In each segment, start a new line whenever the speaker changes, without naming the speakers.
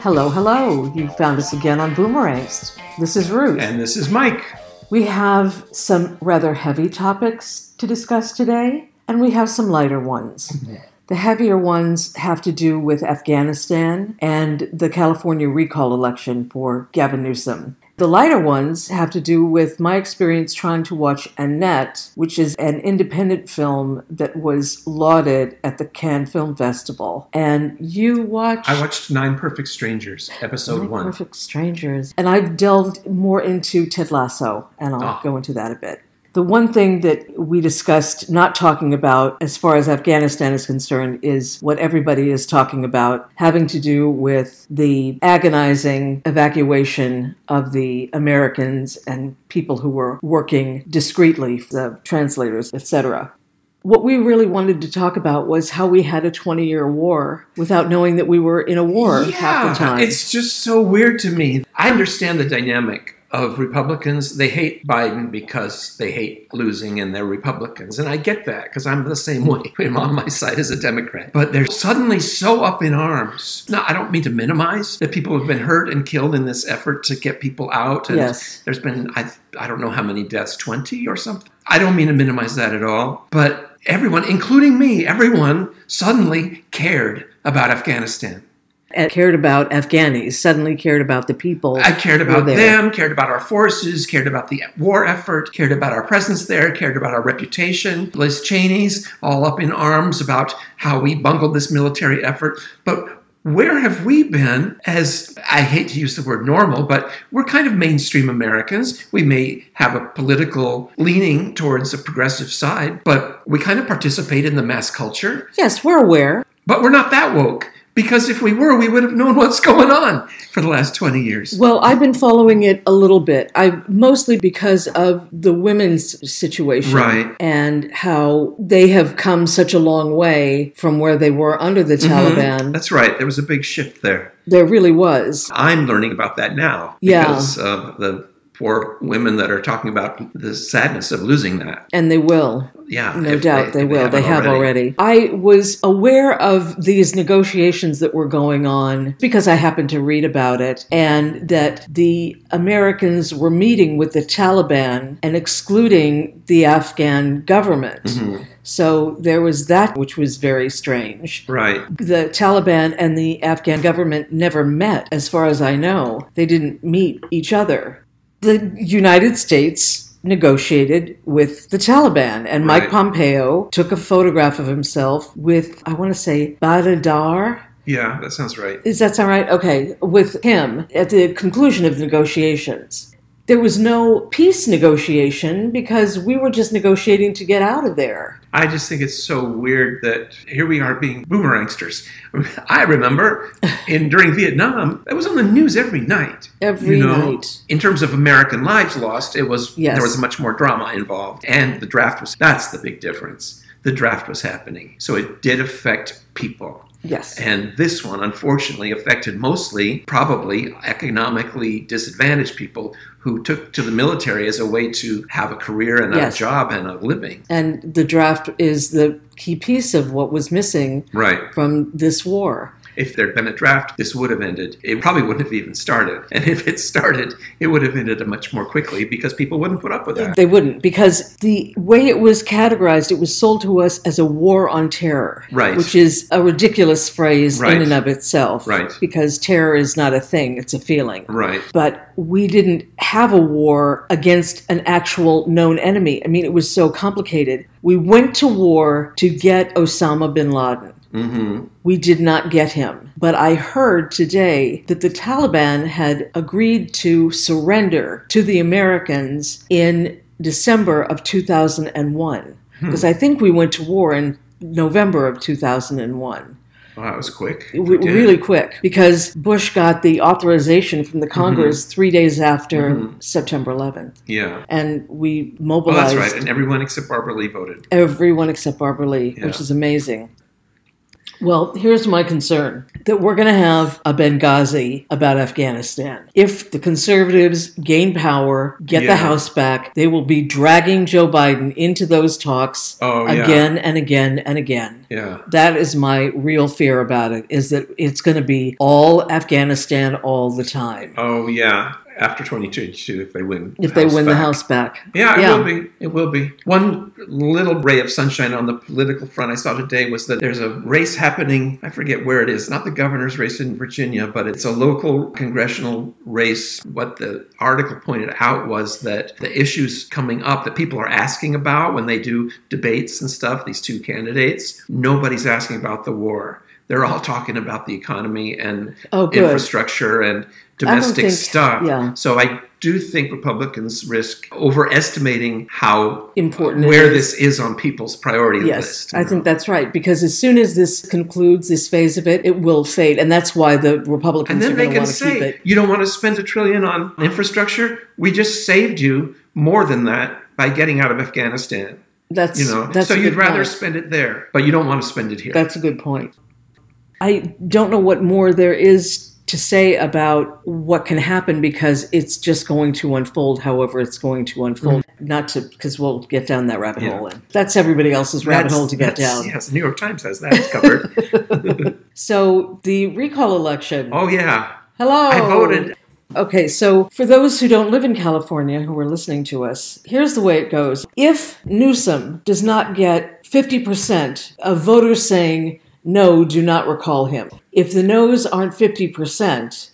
Hello, hello. You found us again on Boomerangs. This is Ruth.
And this is Mike.
we have some rather heavy topics to discuss today, and we have some lighter ones. The heavier ones have to do with Afghanistan and the California recall election for Gavin Newsom. The lighter ones have to do with my experience trying to watch Annette, which is an independent film that was lauded at the Cannes Film Festival. And you watched.
I watched Nine Perfect Strangers, episode
Like
one.
Perfect strangers. And I've delved more into Ted Lasso, and I'll
Ah.
go into that a bit. The one thing that we discussed not talking about as far as Afghanistan is concerned is what everybody is talking about having to do with the agonizing evacuation of the Americans and people who were working discreetly, the translators, etc. What we really wanted to talk about was how we had a 20 year war without knowing that we were in a war half the time.
It's just so weird to me. I understand the dynamic of Republicans. They hate Biden because they hate losing and they're Republicans. And I get that because I'm the same way. I'm on my side as a Democrat. But they're suddenly so up in arms. Now, I don't mean to minimize that people have been hurt and killed in this effort to get people out. And
Yes.
there's been, I, I don't know how many deaths, 20 or something. I don't mean to minimize that at all. But everyone, including me, everyone suddenly cared about Afghanistan.
and cared about Afghanis, suddenly cared about the people.
I cared
who
about
were there.
them, cared about our forces, cared about the war effort, cared about our presence there, cared about our reputation. Liz Cheney's all up in arms about how we bungled this military effort. But where have we been as I hate to use the word normal, but we're kind of mainstream Americans. We may have a political leaning towards a progressive side, but we kind of participate in the mass culture.
Yes, we're aware.
But we're not that woke because if we were, we would have known what's going on for the last 20 years.
Well, I've been following it a little bit. I mostly because of the women's situation
Right.
and how they have come such a long way from where they were under the Taliban.
Mm-hmm. That's right. There was a big shift there.
There really was.
I'm learning about that now
Yeah.
because of the poor women that are talking about the sadness of losing that.
And they will.
Yeah.
No
if
doubt they,
if
will. They
haven't
have already. I was aware of these negotiations that were going on because I happened to read about it, and that the Americans were meeting with the Taliban and excluding the Afghan government. So there was that, which was very strange.
Right.
The Taliban and the Afghan government never met, as far as I know. They didn't meet each other. The United States negotiated with the Taliban, and Mike
Right.
Pompeo took a photograph of himself with, I want to say, Badadar.
Yeah, that sounds right.
Is that sound right? Okay, with him at the conclusion of negotiations. There was no peace negotiation because we were just negotiating to get out of there.
I just think it's so weird that here we are being boomerangsters. I remember in during Vietnam, that was on the news every night.
Every night.
In terms of American lives lost, it was
Yes.
there was much more drama involved, and the draft was that's the big difference. The draft was happening, so it did affect people.
Yes.
And this one, unfortunately, affected mostly, probably economically disadvantaged people who took to the military as a way to have a career and
Yes.
a job and a living.
And the draft is the key piece of what was missing
Right.
from this war.
If there'd been a draft, this would have ended. It probably wouldn't have even started. And if it started, it would have ended much more quickly because people wouldn't put up with that.
They wouldn't, because the way it was categorized, it was sold to us as a war on terror,
Right.
which is a ridiculous phrase in
Right.
and of itself,
Right.
because terror is not a thing, it's a feeling.
Right.
But we didn't have a war against an actual known enemy. I mean, it was so complicated. We went to war to get Osama bin Laden.
hmm
We did not get him. But I heard today that the Taliban had agreed to surrender to the Americans in December of 2001. Because I think we went to war in November of 2001.
Wow, that was quick.
It w-
We did.
really quick. Because Bush got the authorization from the
Mm-hmm.
Congress three days after September 11th.
Yeah.
And we
Well,
mobilized
Mm-hmm. Oh, that's right. And everyone except Barbara Lee voted.
everyone except Barbara Lee,
Yeah.
which is amazing. Well, here's my concern that we're going to have a Benghazi about Afghanistan. If the conservatives gain power, get
Yeah.
the House back, they will be dragging Joe Biden into those talks
Oh, yeah.
again and again and again.
Yeah.
That is my real fear about it is that it's going to be all Afghanistan all the time.
Oh, yeah. After 2022, if they win.
If they win the
back.
House back.
Yeah, it
Yeah.
will be. It will be. One little ray of sunshine on the political front I saw today was that there's a race happening. I forget where it is. Not the governor's race in Virginia, but it's a local congressional race. What the article pointed out was that the issues coming up that people are asking about when they do debates and stuff, these two candidates, nobody's asking about the war. They're all talking about the economy and
Oh, good.
infrastructure and domestic
think-
stuff.
yeah.
So I do think Republicans risk overestimating how
Important. it
where
is.
this is on people's priority
Yes,
list.
I think that's right. Because as soon as this concludes this phase of it, it will fade, and that's why the Republicans
and then
are
they
going to
can
want to keep
say,
it.
you don't want to spend a trillion on infrastructure? We just saved you more than that by getting out of Afghanistan.
That's
You know,
that's
so
a
you'd
good
rather
point.
spend it there, but you don't want to spend it here.
That's a good point. I don't know what more there is to say about what can happen because it's just going to unfold however it's going to unfold. Not to, because we'll get down that rabbit
Yeah.
hole. And that's everybody else's rabbit
That's-
hole to get
that's-
down.
Yes, the New York Times has that covered.
So the recall election.
oh yeah,
Hello.
I voted.
Okay, so for those who don't live in California who are listening to us, here's the way it goes. If Newsom does not get 50% of voters saying, no, do not recall him, if the no's aren't 50%,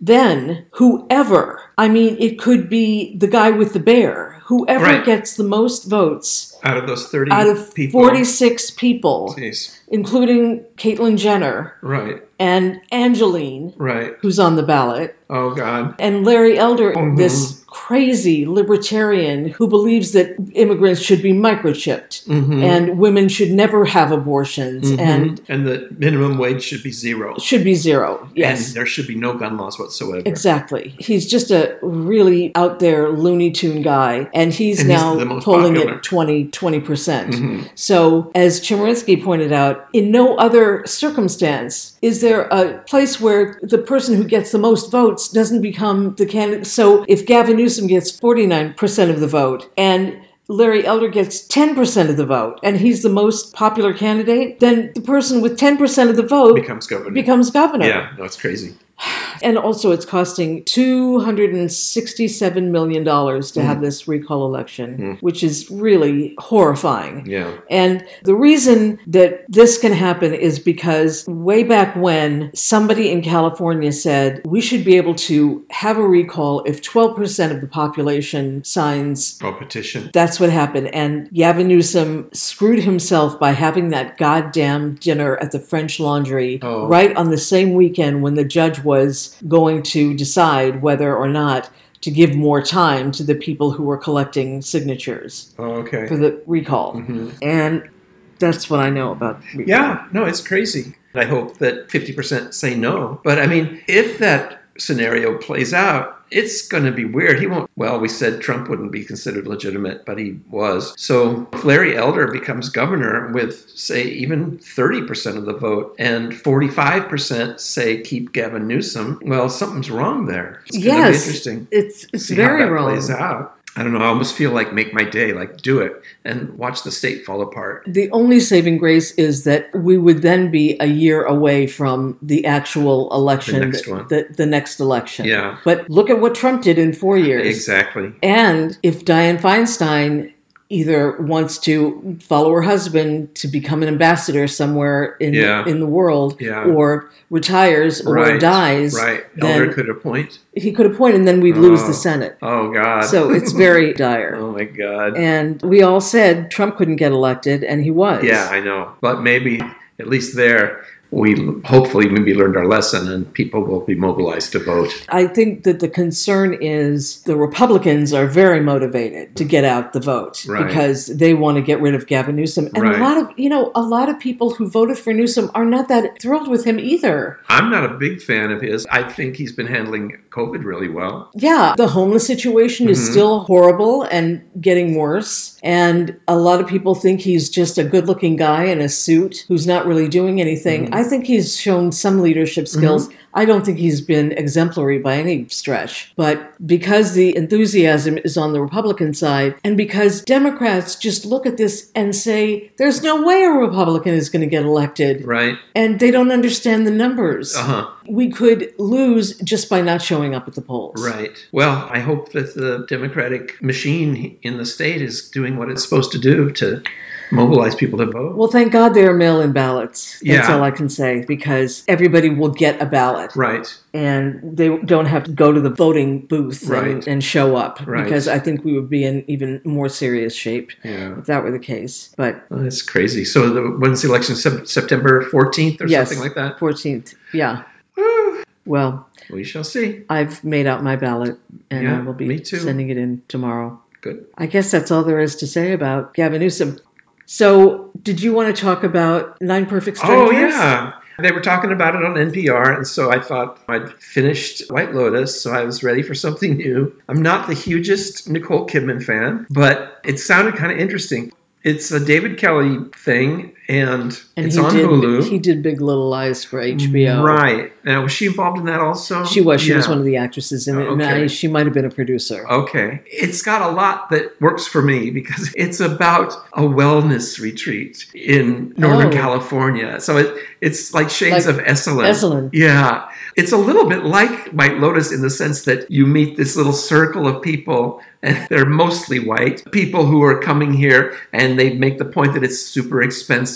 then whoever, I mean, it could be the guy with the bear, whoever
Right.
gets the most votes
Out of those thirty
out of
people,
46 people,
Jeez.
including Caitlyn Jenner
right,
and Angeline,
right.
who's on the ballot,
Oh God.
and Larry Elder,
Mhm.
this crazy libertarian who believes that immigrants should be microchipped
Mhm.
and women should never have abortions
Mm-hmm.
and
and the minimum wage should be zero.
should be zero. Yes.
And there should be no gun laws whatsoever.
Exactly. He's just a really out there Looney Tune guy, and he's
And he's
now
the most
polling
popular.
at 20, 20%. percent
Mhm.
So, as Chemerinsky pointed out, in no other circumstance is there a place where the person who gets the most votes doesn't become the candidate. So, if Gavin Newsom gets 49% of the vote and Larry Elder gets 10% of the vote and he's the most popular candidate, then the person with 10% of the vote
Becomes governor.
becomes governor.
yeah, no, it's crazy.
And also, it's costing $267 million to have this recall election, which is really horrifying.
Yeah.
And the reason that this can happen is because way back when somebody in California said we should be able to have a recall if 12% of the population signs.
Oh, petition.
That's what happened. And Gavin Newsom screwed himself by having that goddamn dinner at the French Laundry
Oh.
right on the same weekend when the judge was going to decide whether or not to give more time to the people who were collecting signatures
Oh, okay.
for the recall.
Mm-hmm.
And that's what I know about recall.
Yeah, no, it's crazy. I hope that 50% say no. But I mean, if that scenario plays out, it's going to be weird. He won't. Well, we said Trump wouldn't be considered legitimate, but he was. So if Larry Elder becomes governor with, say, even 30% of the vote and 45% say keep Gavin Newsom, well, something's wrong there. It's going to be
Yes.
interesting.
It's it's
See
very
how that
wrong.
plays out. I don't know. I almost feel like make my day, like do it and watch the state fall apart.
The only saving grace is that we would then be a year away from the actual election,
The next
that-
one.
The, the next election.
Yeah.
But look at what Trump did in four years.
Exactly.
And if Dianne Feinstein either wants to follow her husband to become an ambassador somewhere in
Yeah.
in the world,
Yeah.
or retires or
Right,
dies,
Right. Elder
then
could appoint.
he could appoint, and then we'd lose
Oh.
the Senate.
Oh God.
So it's very dire.
oh my God.
And we all said Trump couldn't get elected, and he was.
Yeah, I know. But maybe at least there we hopefully maybe learned our lesson and people will be mobilized to vote.
I think that the concern is the Republicans are very motivated to get out the vote
Right.
because they want to get rid of Gavin Newsom. And
Right.
a lot of, you know, a lot of people who voted for Newsom are not that thrilled with him either.
I'm not a big fan of his. I think he's been handling COVID really well.
Yeah, the homeless situation is
Mhm.
still horrible and getting worse. And a lot of people think he's just a good looking guy in a suit who's not really doing anything. I think he's shown some leadership skills. I don't think he's been exemplary by any stretch. But because the enthusiasm is on the Republican side, and because Democrats just look at this and say, there's no way a Republican is going to get elected,
Right?
and they don't understand the numbers.
Uh huh.
We could lose just by not showing up at the polls.
Right. Well, I hope that the Democratic machine in the state is doing what it's supposed to do to mobilize people to vote.
Well, thank God there are mail in ballots. That's
Yeah.
all I can say because everybody will get a ballot
right.
and they don't have to go to the voting booth
Right.
and, and show up
Right.
because I think we would be in even more serious shape
Yeah.
if that were the case. But
Well, Oh, that's crazy. So the, when's the election? Sep- September 14th or
yes,
something like that?
14th. Yeah.
Woo.
Well,
We shall see.
I've made out my ballot and I
Yeah,
will
me
be
too.
sending it in tomorrow.
Good.
I guess that's all there is to say about Gavin Newsom. So, did you want to talk about Nine Perfect Strangers?
Oh, yeah. They were talking about it on NPR, and so I thought I'd finished White Lotus, so I was ready for something new. I'm not the hugest Nicole Kidman fan, but it sounded kind of interesting. It's a David Kelly thing, and,
And
it's
he
on
did,
Hulu.
He did Big Little Lies for HBO.
Right. Now, was she involved in that also?
She was. She was
Yeah.
one of the actresses in it, and
Okay. Oh.
I, she might have been a producer.
Okay. It's got a lot that works for me because it's about a wellness retreat in Northern
Oh.
California. So it, it's like shades
Like
of Esselen.
Esselen.
Yeah. It's a little bit like White Lotus in the sense that you meet this little circle of people and they're mostly white people who are coming here and they make the point that it's super expensive.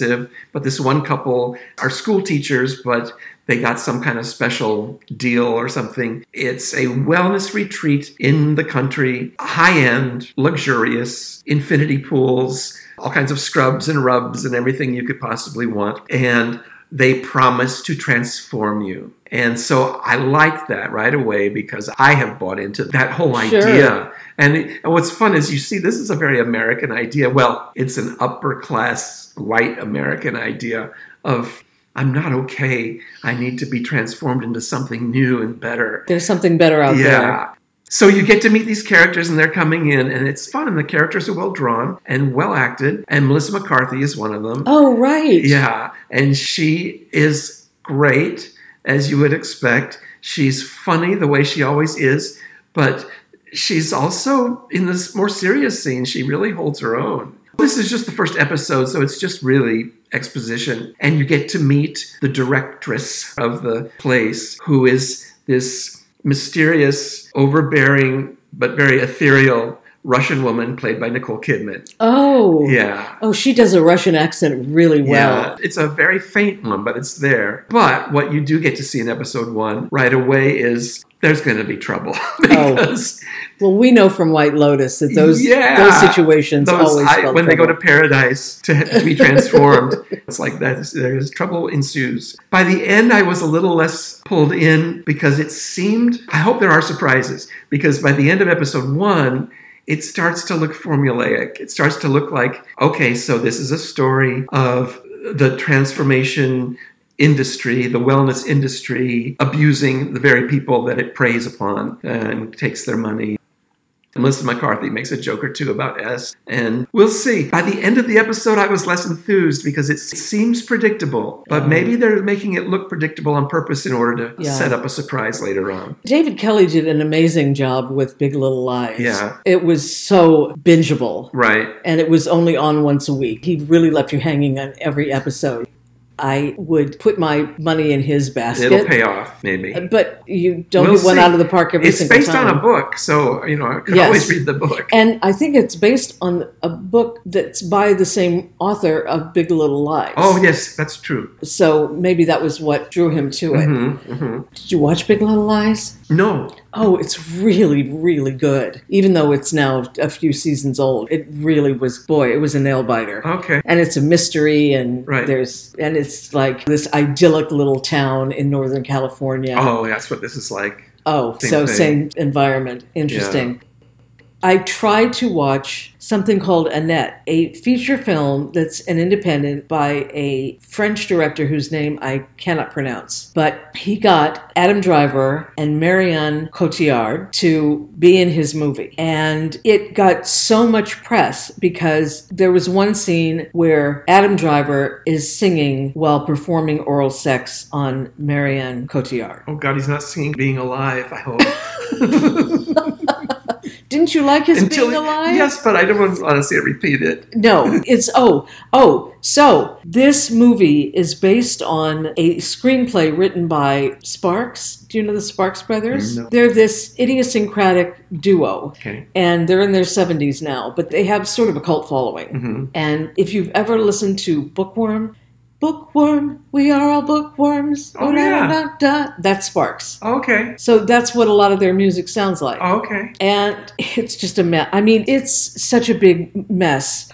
But this one couple are school teachers, but they got some kind of special deal or something. It's a wellness retreat in the country, high end, luxurious, infinity pools, all kinds of scrubs and rubs and everything you could possibly want. And they promise to transform you. And so I like that right away because I have bought into that whole
Sure.
idea. And, it- and what's fun is you see, this is a very American idea. Well, it's an upper class white American idea of I'm not okay. I need to be transformed into something new and better.
There's something better out there.
So you get to meet these characters and they're coming in and it's fun and the characters are well drawn and well acted and Melissa McCarthy is one of them.
Oh, right.
Yeah, and she is great, as you would expect. She's funny the way she always is, but she's also in this more serious scene. She really holds her own. This is just the first episode, so it's just really exposition. And you get to meet the directress of the place, who is this mysterious, overbearing, but very ethereal Russian woman played by Nicole Kidman.
Oh.
Yeah.
Oh, she does a Russian accent really well.
Yeah, it's a very faint one, but it's there. But what you do get to see in episode one right away is there's going to be trouble
Oh,
because
Well, we know from White Lotus that those
Yeah.
those situations
those,
always
I-
spell
when they go to
trouble.
paradise to, to be transformed, it's like that. There's trouble ensues. By the end, I was a little less pulled in because it seemed. I hope there are surprises because by the end of episode one. It starts to look formulaic. It starts to look like, okay, so this is a story of the transformation industry, the wellness industry, abusing the very people that it preys upon and takes their money. Melissa McCarthy makes a joke or two about S, and we'll see. By the end of the episode, I was less enthused because it seems predictable, but maybe they're making it look predictable on purpose in order to
Yeah.
set up a surprise later on.
David Kelly did an amazing job with Big Little Lies.
Yeah.
It was so bingeable.
Right.
and it was only on once a week. He really left you hanging on every episode. I would put my money in his basket,
It'll pay off, maybe.
but you don't
We'll
get one
see.
out of the park every
It's
single
based
time.
on a book, so, you know, I could
Yes.
always read the book.
and I think it's based on a book that's by the same author of Big Little Lies.
Oh, yes, that's true.
So maybe that was what drew him to it.
Mhm, mhm.
Did you watch Big Little Lies?
No,
oh, it's really, really good. Even though it's now a few seasons old, it really was, boy, it was a nail biter.
Okay.
And it's a mystery, and
Oh. Right.
there's, and it's like this idyllic little town in Northern California.
Oh, that's what this is like.
Oh,
Same
so
thing.
same environment. Interesting. I tried to watch something called Annette, a feature film that's an independent by a French director whose name I cannot pronounce. But he got Adam Driver and Marianne Cotillard to be in his movie. And it got so much press because there was one scene where Adam Driver is singing while performing oral sex on Marianne Cotillard.
Oh God, he's not singing "Being Alive." I hope.
Didn't you like his
Until
being
he-
alive?
Yes, but I don't want to see it repeated.
No, it's oh, oh. So this movie is based on a screenplay written by Sparks. Do you know the Sparks brothers?
No.
They're this idiosyncratic duo,
Okay.
and they're in their 70s now, but they have sort of a cult following.
hmm
And if you've ever listened to Bookworm, Bookworm, we are all bookworms.
Oh,
da,
yeah.
da, da, da, that's Sparks.
Okay.
So that's what a lot of their music sounds like.
Okay.
And it's just a mess. I mean, it's such a big mess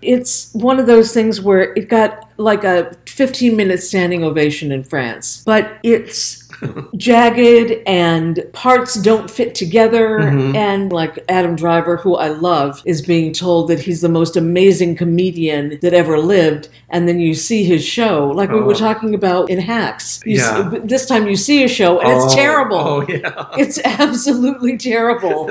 it's one of those things where it got like a 15 minute standing ovation in France, but it's jagged and parts don't fit together.
Mhm.
And like Adam Driver, who I love, is being told that he's the most amazing comedian that ever lived. And then you see his show, like we
Oh.
were talking about in Hacks. You s-
Yeah.
but this time you see a show and it's
Oh,
terrible.
Oh yeah.
It's absolutely terrible.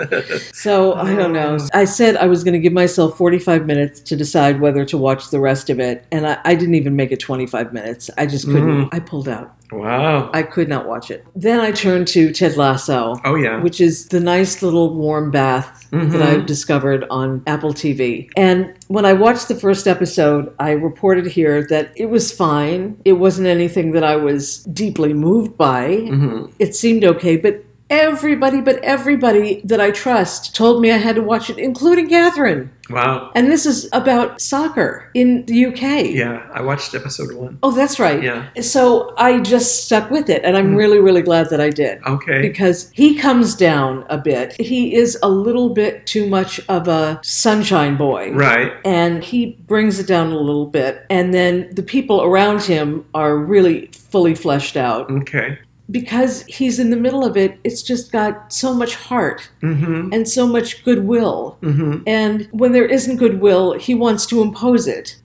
So I don't know. I said I was going to give myself 45 minutes to decide whether to watch the rest of it, and I, I didn't even make it 25 minutes. I just couldn't. I pulled out.
wow.
I could not watch it. Then I turned to Ted Lasso,
Oh yeah.
which is the nice little warm bath that I've discovered on Apple TV. And when I watched the first episode, I reported here that it was fine. It wasn't anything that I was deeply moved by
Mhm.
it seemed okay, but everybody but everybody that I trust told me I had to watch it, including Catherine.
Wow.
And this is about soccer in the UK.
Yeah, I watched episode one.
Oh, that's right.
Yeah. Mm-hmm.
So I just stuck with it, and I'm really, really glad that I did.
Okay.
Because he comes down a bit. He is a little bit too much of a sunshine boy
Right.
and he brings it down a little bit. And then the people around him are really fully fleshed out
Okay.
because he's in the middle of it, it's just got so much heart
Mm-hmm.
and so much goodwill.
Mm-hmm.
And when there isn't goodwill, he wants to impose it.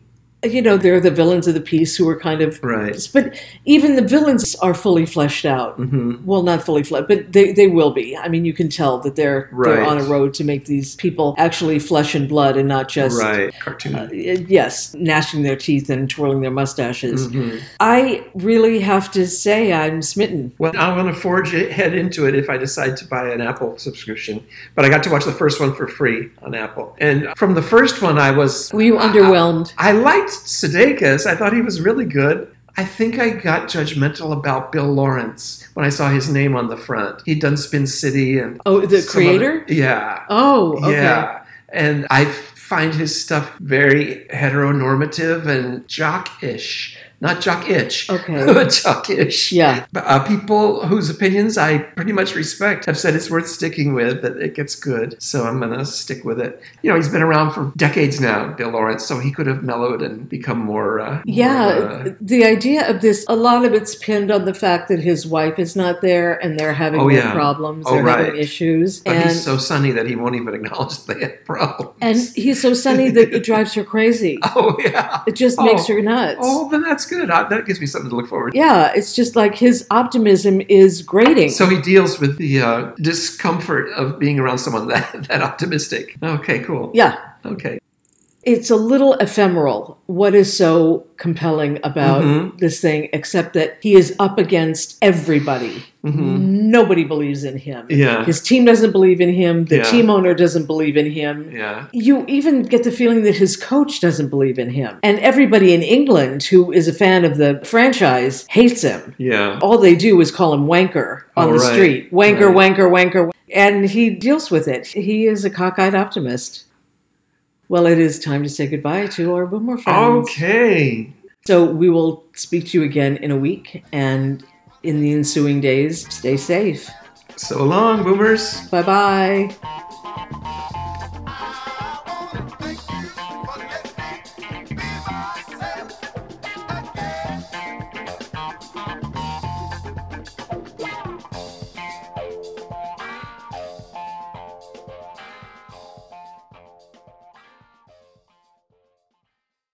You know, they're the villains of the piece who are kind of.
Right.
But even the villains are fully fleshed out.
Mm-hmm.
Well, not fully fleshed, but they, they will be. I mean, you can tell that they're, they're
Right.
on a road to make these people actually flesh and blood and not just.
Right.
uh,
Cartoon.
Yes, gnashing their teeth and twirling their mustaches.
hmm
I really have to say I'm smitten.
Well, I'm going to forge it, head into it if I decide to buy an Apple subscription. But I got to watch the first one for free on Apple. And from the first one, I was.
Were you underwhelmed?
I liked Sudeikis. I thought he was really good. I think I got judgmental about Bill Lawrence when I saw his name on the front. He'd done Spin City and.
Oh, the
some other-
creator?
yeah.
Oh, okay.
Yeah. And I find his stuff very heteronormative and jock-ish. Not jock-itch.
Okay.
but jock-ish.
Yeah.
But, Uh, people whose opinions I pretty much respect have said it's worth sticking with, that it gets good. So I'm going to stick with it. You know, he's been around for decades now, Bill Lawrence, so he could have mellowed and become more. Uh, more,
Yeah,
uh,
the idea of this, a lot of it's pinned on the fact that his wife is not there and they're having
Oh,
their
yeah.
problems,
Oh,
they're
right.
having issues.
but
and,
he's so sunny that he won't even acknowledge they had problems.
and he's so sunny that it drives her crazy.
oh, yeah.
It just
Oh.
makes her nuts.
Oh, then that's good. Uh, That gives me something to look forward to.
Yeah, it's just like his optimism is grating.
So he deals with the uh, discomfort of being around someone that, that optimistic. Okay, cool.
yeah,
Okay.
it's a little ephemeral what is so compelling about
Mhm.
this thing except that he is up against everybody nobody believes in him
Mm-hmm. Yeah.
his team doesn't believe in him the
Yeah.
team owner doesn't believe in him
Yeah.
You even get the feeling that his coach doesn't believe in him. And everybody in England who is a fan of the franchise hates him.
Yeah.
All they do is call him wanker on
Oh,
the
right.
street. Wanker,
Right.
wanker, wanker. And he deals with it. He is a cockeyed optimist. Well, it is time to say goodbye to our boomer friends.
Okay.
So we will speak to you again in a week. And in the ensuing days, stay safe.
So long, boomers.
Bye bye.